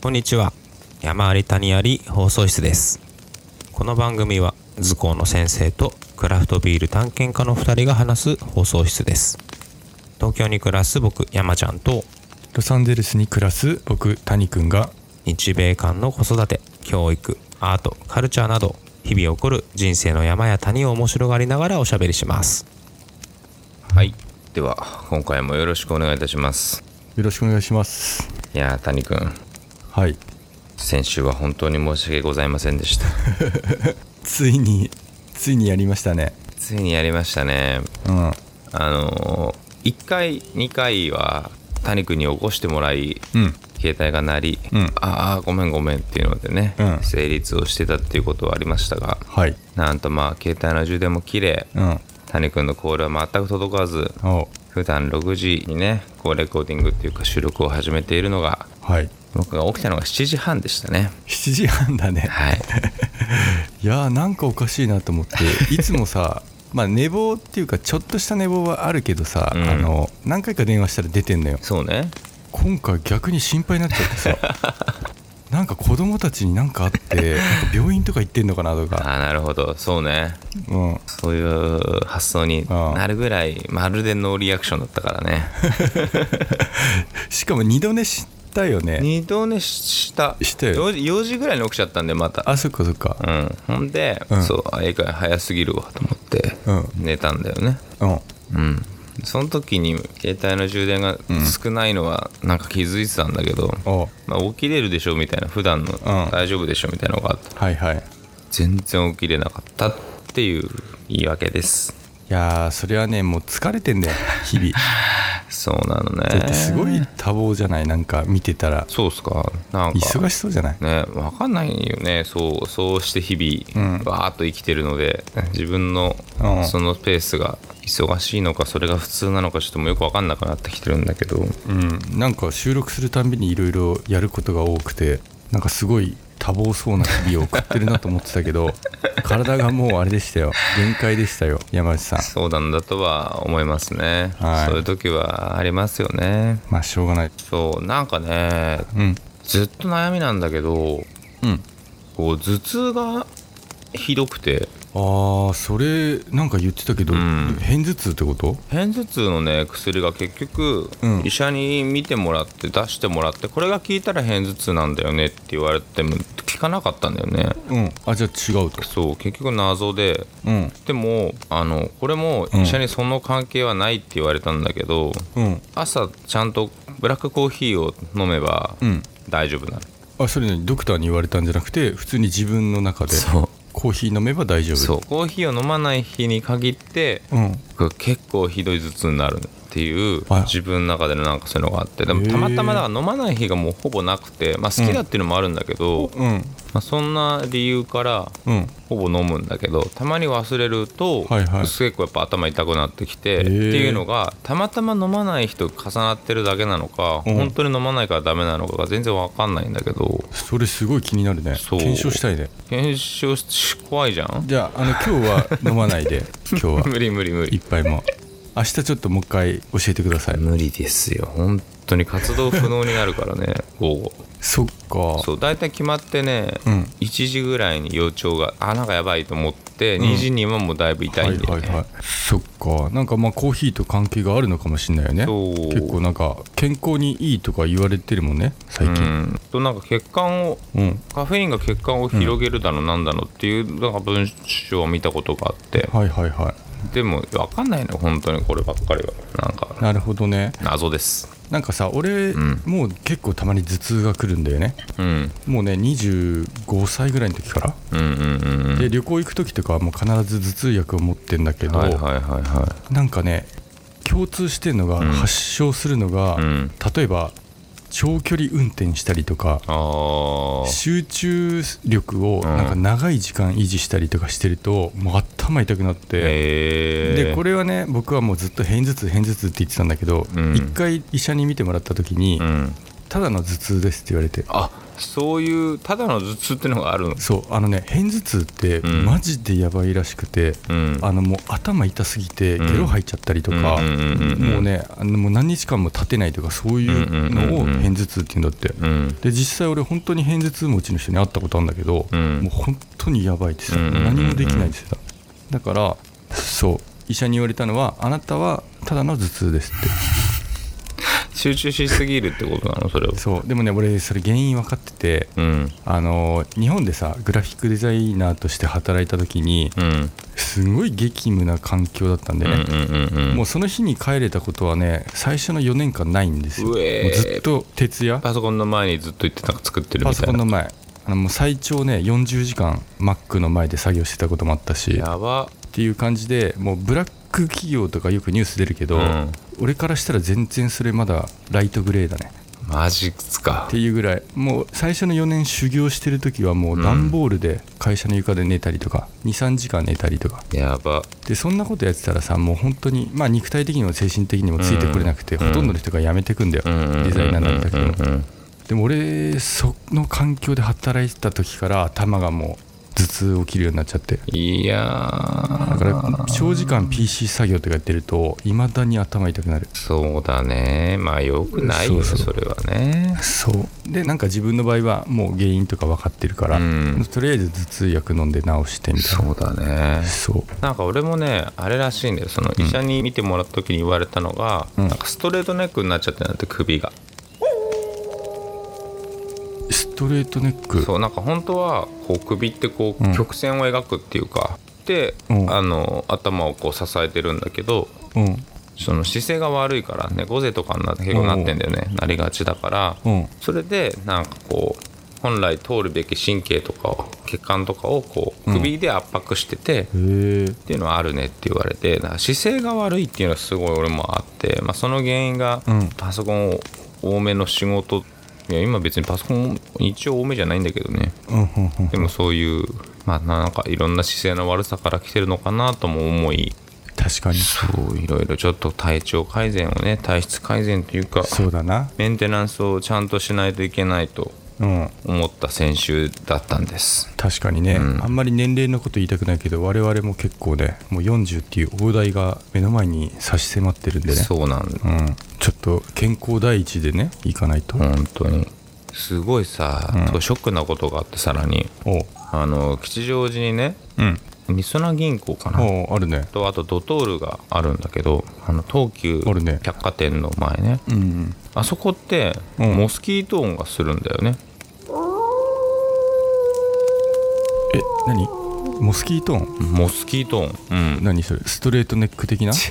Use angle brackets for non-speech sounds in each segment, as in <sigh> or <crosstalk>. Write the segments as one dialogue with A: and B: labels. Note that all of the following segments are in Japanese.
A: こんにちは山あり谷あり放送室ですこの番組は図工の先生とクラフトビール探検家の2人が話す放送室です東京に暮らす僕山ちゃんと
B: ロサンゼルスに暮らす僕谷くんが
A: 日米間の子育て教育アートカルチャーなど日々起こる人生の山や谷を面白がりながらおしゃべりします
C: はい。では、今回もよろしくお願いいたします。
B: よろしくお願いします
C: いやー、谷くん、
B: はい
C: 先週は本当に申し訳ございませんでした。 <laughs>
B: ついについにやりましたね
C: ついにやりましたね。
B: うん
C: あのー、1回、2回は谷くんに起こしてもらい、
B: うん
C: 携帯が鳴り、
B: うん
C: ああ、ごめんごめんっていうのでね、
B: うん
C: 成立をしてたっていうことはありましたが、
B: はい
C: なんとまあ、携帯の充電も切れ、
B: うん
C: 谷くんのコールは全く届かず、
B: お
C: 普段6時にね、こうレコーディングっていうか収録を始めているのが、
B: はい
C: 僕が起きたのが7時半でしたね。
B: 7時半だ <laughs> ね
C: はい。
B: いやーなんかおかしいなと思っていつもさ <laughs> まあ寝坊っていうかちょっとした寝坊はあるけどさ、
C: うん
B: あの何回か電話したら出てんのよ
C: そうね。
B: 今回逆に心配になっちゃってさ <laughs> なんか子供たちになんかあってなんか病院とか行ってんのかなと <laughs>
C: あ
B: か
C: あ、なるほど。そうね。
B: うん
C: そういう発想に
B: ああ
C: なるぐらい、まるでノーリアクションだったから
B: <laughs>
C: ね。
B: しかも二度寝したよね
C: 二度寝した。
B: したよ
C: 4時 ,4 時ぐらいに起きちゃったんで、また。
B: あそっかそっか
C: うん。ほんで、
B: うん
C: そう、あ英会早すぎるわと思って、
B: う
C: 寝たんだよね。
B: うん
C: うん。その時に、携帯の充電が少ないのは、なんか気づいてたんだけど、
B: お
C: まあ、起きれるでしょみたいな、普段の
B: ん
C: 大丈夫でしょみたいなのがあった。
B: はいはいい
C: 全然起きれなかったっていう言い訳です。
B: やーそれはねもう疲れてんだよ日々
C: そうなのね。
B: だってすごい多忙じゃないなんか見てたら
C: そうっすか。なんか。
B: 忙しそうじゃない
C: ね、わかんないよね。そう、そうして日々、
B: うん
C: バーっと生きてるので、自分の
B: うん
C: そのペースが忙しいのか、それが普通なのか、ちょっともうよくわかんなくなってきてるんだけど、
B: うんなんか収録するたんびにいろいろやることが多くてなんかすごい多忙そうな日々を送ってるなと思ってたけど体がもうあれでしたよ限界でしたよ山内さん
C: そうなんだとは思いますね。
B: はい
C: そういう時はありますよね。
B: まあしょうがない
C: そう、なんかね、
B: うん
C: ずっと悩みなんだけど、
B: うん
C: こう、頭痛がひどくて、
B: あーそれなんか言ってたけど、
C: うん
B: 偏頭痛ってこと
C: 偏頭痛のね薬が結局、
B: うん
C: 医者に見てもらって出してもらってこれが効いたら偏頭痛なんだよねって言われても効かなかったんだよね
B: うんあじゃあ違うと
C: そう結局謎で
B: うん
C: でもあのこれも
B: うん
C: 医者にその関係はないって言われたんだけど、
B: うん
C: 朝ちゃんとブラックコーヒーを飲めば
B: うん
C: 大丈夫なの、
B: あそれねドクターに言われたんじゃなくて普通に自分の中で
C: そ
B: コーヒー飲めば大丈
C: う
B: 夫
C: そうコーヒーを飲まない日に限って
B: うん
C: 僕結構ひどい頭痛になるっていう
B: はい
C: 自分の中でのなんかそういうのがあってでも
B: へー
C: たまたまだから飲まない日がもうほぼなくて、まあ、好きだっていうのもあるんだけど、ま
B: うん
C: あ、そんな理由から
B: うん
C: ほぼ飲むんだけどたまに忘れると、
B: はいはい
C: 結構やっぱ頭痛くなってきて
B: へ
C: って
B: ー
C: いうのがたまたま飲まない日と重なってるだけなのか、
B: うん
C: 本当に飲まないからダメなのかが全然わかんないんだけど
B: それすごい気になるね
C: そう
B: 検証したいね
C: 検証し怖いじゃん
B: じゃああの今日は飲まない
C: <laughs>
B: で今日は
C: 無理無理無理
B: 一杯も明日ちょっともう一回教えてください
C: 無理ですよ本当に活動不能になるからね午後。
B: そっか
C: そう大体決まってね、
B: うん
C: 1時ぐらいに予兆があなんかやばいと思って、2時にはもうだいぶ痛いんで、
B: はいはいはいそっかなんかまあコーヒーと関係があるのかもしれないよね
C: そう
B: 結構なんか健康にいいとか言われてるもんね最
C: う
B: 近
C: んとなんか血管を
B: うん
C: カフェインが血管を広げるだのなんだのっていうなんか文章を見たことがあって、
B: はいはいは
C: でも分かんないの本当にこればっかりはなんか
B: いなるほどね
C: 謎です
B: なんかさ俺、
C: ん
B: もう結構たまに頭痛が来るんだよね
C: うん
B: もうね25歳ぐらいの時から、
C: うんうんうん
B: で旅行行く時とかはもう必ず頭痛薬を持ってんだけ
C: うん
B: ど、
C: はいはいはいは
B: なんかね共通してんのが、
C: ん
B: 発症するのが、
C: いうん
B: 例えば長距離運転したりとか
C: あー
B: 集中力をなんか長い時間維持したりとかしてると、もう頭痛くなって、
C: へえ
B: でこ
C: れ
B: れはね僕はもうずっと偏頭痛偏頭痛って言ってたんだけど、
C: うん
B: 一回医者に見てもらった時に、
C: うん
B: ただの頭痛ですって言われて
C: あそういうただの頭痛ってのがあるの
B: そうあのね片頭痛って
C: うん
B: マジでやばいらしくて、
C: うん
B: あのもう頭痛すぎてゲロ吐いちゃったりとか、
C: うんうんうんうんうん
B: もうねあのもう何日間も立てないとかそういうのを
C: うんうんうんうん
B: 片頭痛って言うんだって、
C: うん
B: で実際俺本当に片頭痛持ちの人に会ったことあるんだけど、
C: うん
B: もう本当にやばいです、
C: うんうんうんうん
B: 何もできないですよだからそう医者に言われたのはあなたはただの頭痛ですって
C: <laughs> 集中しすぎるってことなのそれを
B: そうでもね俺それ原因分かってて
C: うん
B: あの日本でさグラフィックデザイナーとして働いた時に
C: うん
B: すごい激務な環境だったんで
C: うん
B: ね、
C: うんうんうん
B: もうその日に帰れたことはね最初の4年間ないんですよ
C: うえー
B: もうずっと徹夜
C: パソコンの前にずっと行ってなんか作ってる
B: パ
C: みた
B: ソ
C: い
B: コン
C: な
B: の前あのもう最長ね40時間 Mac の前で作業してたこともあったしっ
C: やば
B: ていう感じでもうブラック企業とかよくニュース出るけど、
C: うん
B: 俺からしたら全然それまだライトグレーだね
C: マジっすか
B: っていうぐらいもう最初の4年修行してる時はもう段ボールで会社の床で寝たりとか23時間寝たりとか
C: やば
B: でそんなことやってたらさもう本当にまあ肉体的にも精神的にもついてこれなくて、ほとんどの人が辞めてくんだよ、デザイナーなんだけど、
C: うん
B: でも俺その環境で働いてた時から頭がもう頭痛起きるようになっちゃって
C: いや
B: だから長時間 PC 作業とかやってるといまだに頭痛くなる
C: ーそうだねまあよくないよね
B: そうそ
C: それはね
B: そうでなんか自分の場合はもう原因とか分かってるから、
C: うん
B: とりあえず頭痛薬飲んで治してみたいな
C: そうだね
B: そう
C: なんか俺もねあれらしいんだよその医者に見てもらった時に言われたのが、
B: うん
C: なんかストレートネックになっちゃってんだって首が、
B: ストレートネック
C: そうなんか本当はこう首ってこ
B: うん
C: う曲線を描くっていうか、で、
B: うん
C: あの頭をこう支えてるんだけど
B: うん
C: その姿勢が悪いから猫背とかになって結構なってんだよねなりがちだから、
B: うん
C: それでなんかこう本来通るべき神経とかを血管とかをこう首で圧迫してて、
B: へえ
C: っていうのはあるねって言われてだから姿勢が悪いっていうのはすごい俺もあって、まあ、その原因が
B: うん
C: パソコンを多めの仕事いや今別にパソコン一応多めじゃないんだけどね
B: うんうんうん
C: でもそういうまあなんかいろんな姿勢の悪さから来てるのかなとも思い
B: 確かに
C: そういろいろちょっと体調改善をね体質改善というか
B: そうだな
C: メンテナンスをちゃんとしないといけないと
B: うん
C: 思った先週だったんです
B: 確かにね、
C: うん
B: あんまり年齢のこと言いたくないけど我々も結構ねもう40っていう大台が目の前に差し迫ってるんでね
C: そうなんだ
B: うん、ちょっと健康第一でねいかないと、
C: 本当にすごいさ、
B: うん
C: ショックなことがあってさらに
B: おう
C: あの吉祥寺にね
B: うん
C: りそな銀行かな
B: おうあるね
C: とあとドトールがあるんだけどあの東急
B: あるね
C: 百貨店の前ね
B: うん
C: あそこって
B: うん
C: モスキート音がするんだよね、
B: え何モスキートーン
C: モスキート音うん
B: <laughs> 何それストレートネック的なさ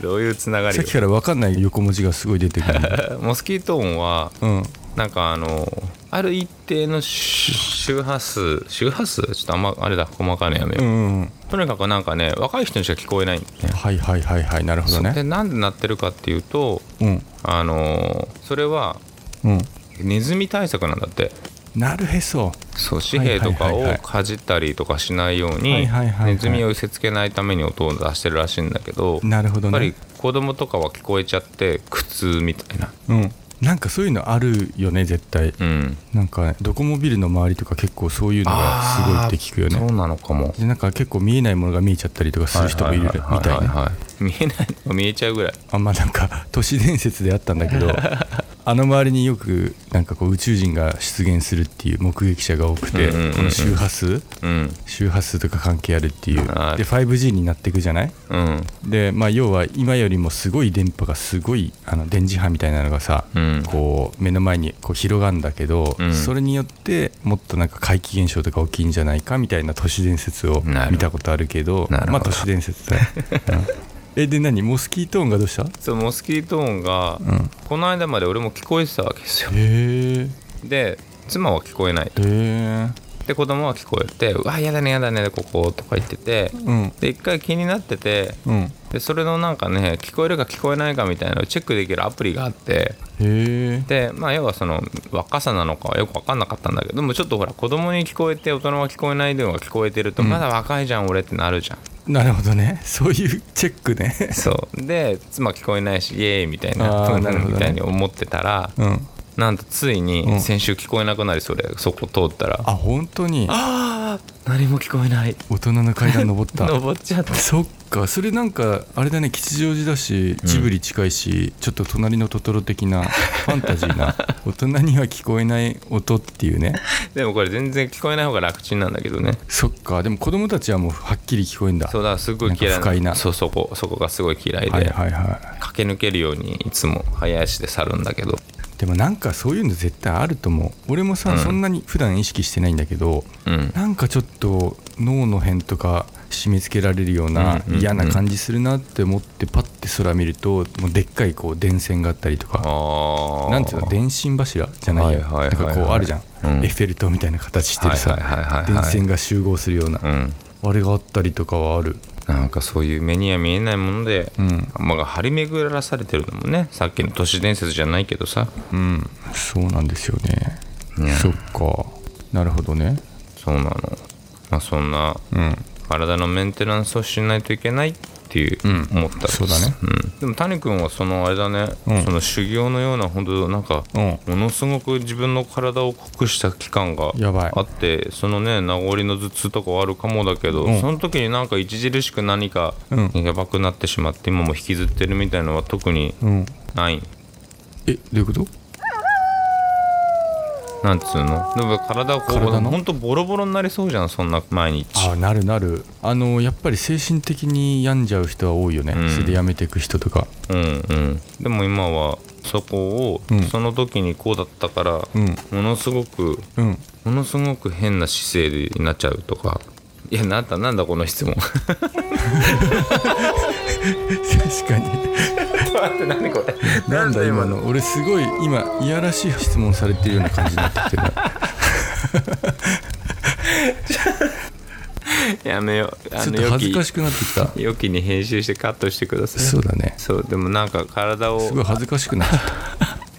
C: どういうつながり
B: っきから分かんない横文字がすごい出てくるね
C: <laughs> モスキート音は
B: うん
C: なんかあのある一定の周周波数周波数ちょっとあんまあれだ細かいのやめよ
B: う
C: う、
B: んうんうん
C: とにかくなんかね若い人にしか聞こえないんだよね
B: はいはいはいはいなるほど
C: で
B: ね
C: なんでなってるかっていうと
B: うん
C: あのーそれは
B: うん
C: ネズミ対策なんだって
B: なるへそ
C: そう紙幣とか
B: はいはいはいは
C: を
B: い
C: かじったりとかしないよう
B: はい
C: に
B: はいはいはい
C: ネズミを寄せつけないために音を出してるらしいんだけどや
B: なるほど
C: っぱり
B: ね
C: 子供とかは聞こえちゃって苦痛みたいな
B: うんなんかそういうのあるよね絶対
C: うん
B: なんかねドコモビルの周りとか結構そういうのがすごいって聞くよ
C: そ
B: ね
C: うなのかも
B: でなんか結構見えないものが見えちゃったりとかする人もいるみ
C: はは
B: たい
C: は
B: な
C: ははい見えないの見えちゃうぐらい
B: あんまなんか都市伝説であったんだ
C: <laughs>
B: けどあの周りによくなんかこう宇宙人が出現するっていう目撃者が多くて
C: うんうんうんうん
B: この周波数
C: うん
B: 周波数とか関係あるっていうで
C: はい
B: 5G になっていくじゃない
C: うん
B: でまあ要は今よりもすごい電波がすごいあの電磁波みたいなのがさ
C: うん
B: こう目の前にこう広がるんだけど、
C: うん
B: それによってもっとなんか怪奇現象とか起きんじゃないかみたいな都市伝説を
C: なるほど
B: 見たことあるけど
C: なるほど
B: まあ都市伝
C: <laughs>
B: 説だよ、うんえで何モスキートーンがどうした
C: そうモスキート音が
B: うん
C: この間まで俺も聞こえてたわけですよ
B: へ
C: で妻は聞こえない
B: えへえ
C: で子供は聞こえて「うわやだねやだねここ」とか言ってて
B: うん
C: で一回気になってて
B: うんへ
C: でそれのなんかね聞こえるか聞こえないかみたいなのをチェックできるアプリがあって
B: え
C: でまあ要はその若さなのかはよく分かんなかったんだけどでもちょっとほら子供に聞こえて大人は聞こえないのが聞こえてるとまだ若いじゃん俺ってなるじゃん、
B: なるほどねそういうチェックね
C: そうで妻聞こえないしイエーイみたい
B: あ
C: な
B: ーなるほどね
C: みたいに思ってたら
B: うん
C: なんとつい
B: うん
C: に先週聞こえなくなりそれそこ通ったら
B: あ本当に
C: あー何も聞こえない
B: 大人の階段登った
C: <laughs> 登っちゃった
B: そっかそれなんかあれだね吉祥寺だしジブリ近いし、ちょっと隣のトトロ的
C: <laughs>
B: なファンタジーな大人には聞こえない音っていうね
C: でもこれ全然聞こえない方が楽ちんなんだけどね
B: そっかでも子供たちはもうはっきり聞こえんだ
C: そうだからすごい嫌い
B: なんか不快な
C: そうそこそこがすごい嫌いで、
B: はいはいは
C: 駆け抜けるようにいつも早足で去るんだけど
B: いでもなんかそういうの絶対あると思う俺もさ、
C: うん
B: そんなに普段意識してないんだけど
C: うん
B: なんかちょっと脳の辺とか締め付けられるような
C: うんうんうん
B: 嫌な感じするなって思ってパッて空見るともうでっかいこう電線があったりとか
C: ああ
B: なんていうの電信柱じゃないよ、
C: はいはいはいはい
B: なんかこうあるじゃん、
C: うん
B: エッフェル塔みたいな形してるさ、
C: はいはいはいはいはい
B: 電線が集合するような、
C: うん
B: あれがあったりとかはある
C: なんかそういう目には見えないもので、
B: うん、
C: まあ、張り巡らされてるのもねさっきの都市伝説じゃないけどさ
B: うん、そうなんですよね、
C: ね
B: そっかなるほどね
C: そうなのまあそんな
B: うん
C: 体のメンテナンスをしないといけないっていう
B: うん
C: 思ったんです
B: そうだね
C: うんでも谷君はそのあれだね、
B: うん
C: その修行のような本当なんか、
B: うん
C: ものすごく自分の体を酷使した期間が
B: やばい
C: あってそのね名残の頭痛とかはあるかもだけど、
B: うん
C: その時になんか著しく何か
B: うん
C: やばくなってしまって今も引きずってるみたいのは特に
B: うん
C: ない
B: えどういうこと
C: なんつうのでも体をこう
B: 体の
C: ほんとボロボロになりそうじゃんそんな毎日
B: ああなるなるあのやっぱり精神的に病んじゃう人は多いよね、
C: ん
B: それでやめていく人とか
C: うんうんでも今はそこを、
B: うん
C: その時にこうだったから、
B: うん
C: ものすごく
B: うん
C: ものすごく変な姿勢になっちゃうとかいやなんだなんだこの質問 <laughs>
B: 確かに
C: 待って何これ
B: なんだ今の俺すごい今いやらしい質問されてるような感じになってきてる
C: やめようあ
B: ちょっ
C: の
B: と
C: 良
B: 恥ず
C: き
B: かしくなってきた。
C: 良きに編集してカットしてください
B: そうだね。
C: そうでもなんか体を
B: すごい恥ずかしくなっちゃった。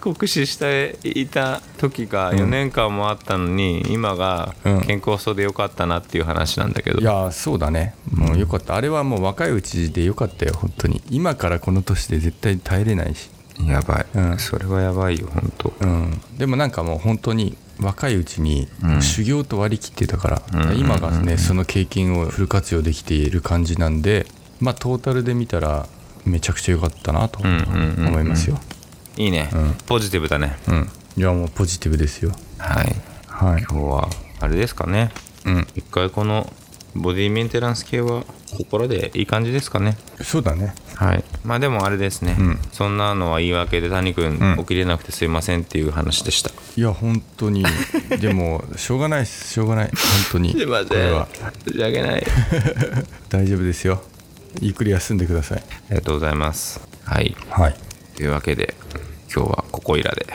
C: 酷使していた時が4年間もあったのに、今が
B: うん
C: 健康そうでよかったなっていう話なんだけど、
B: いやーそうだね。もうよかった。あれはもう若いうちでよかったよ、本当に。今からこの年で絶対耐えれないし。
C: やばい、
B: うん
C: それはやばいよ本当
B: うん。でもなんかもう本当に若いうちに
C: うん
B: 修行と割り切ってたから、
C: うん
B: 今がね、その経験をフル活用できている感じなんで、まあトータルで見たらめちゃくちゃ良かったなと
C: うんうんうんうん
B: 思いますよ。
C: いいね、
B: うん
C: ポジティブだね
B: うん。いやもうポジティブですよ。
C: はい
B: はい。
C: 今日はあれですかね
B: うん。
C: 一回このボディメンテナンス系はここらでいい感じですかね
B: そうだね。
C: はいまあでもあれですね、
B: うん
C: そんなのは言い訳で谷君、
B: うん
C: 起きれなくてすいませんっていう話でした
B: いや本当 <laughs> にでもしょうがないですしょうがない本当にこれは
C: 申し訳ない
B: 大丈夫ですよゆっくり休んでください
C: ありがとうございますはい
B: はい
C: というわけで今日はここいらで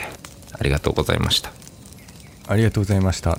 C: ありがとうございました
B: ありがとうございました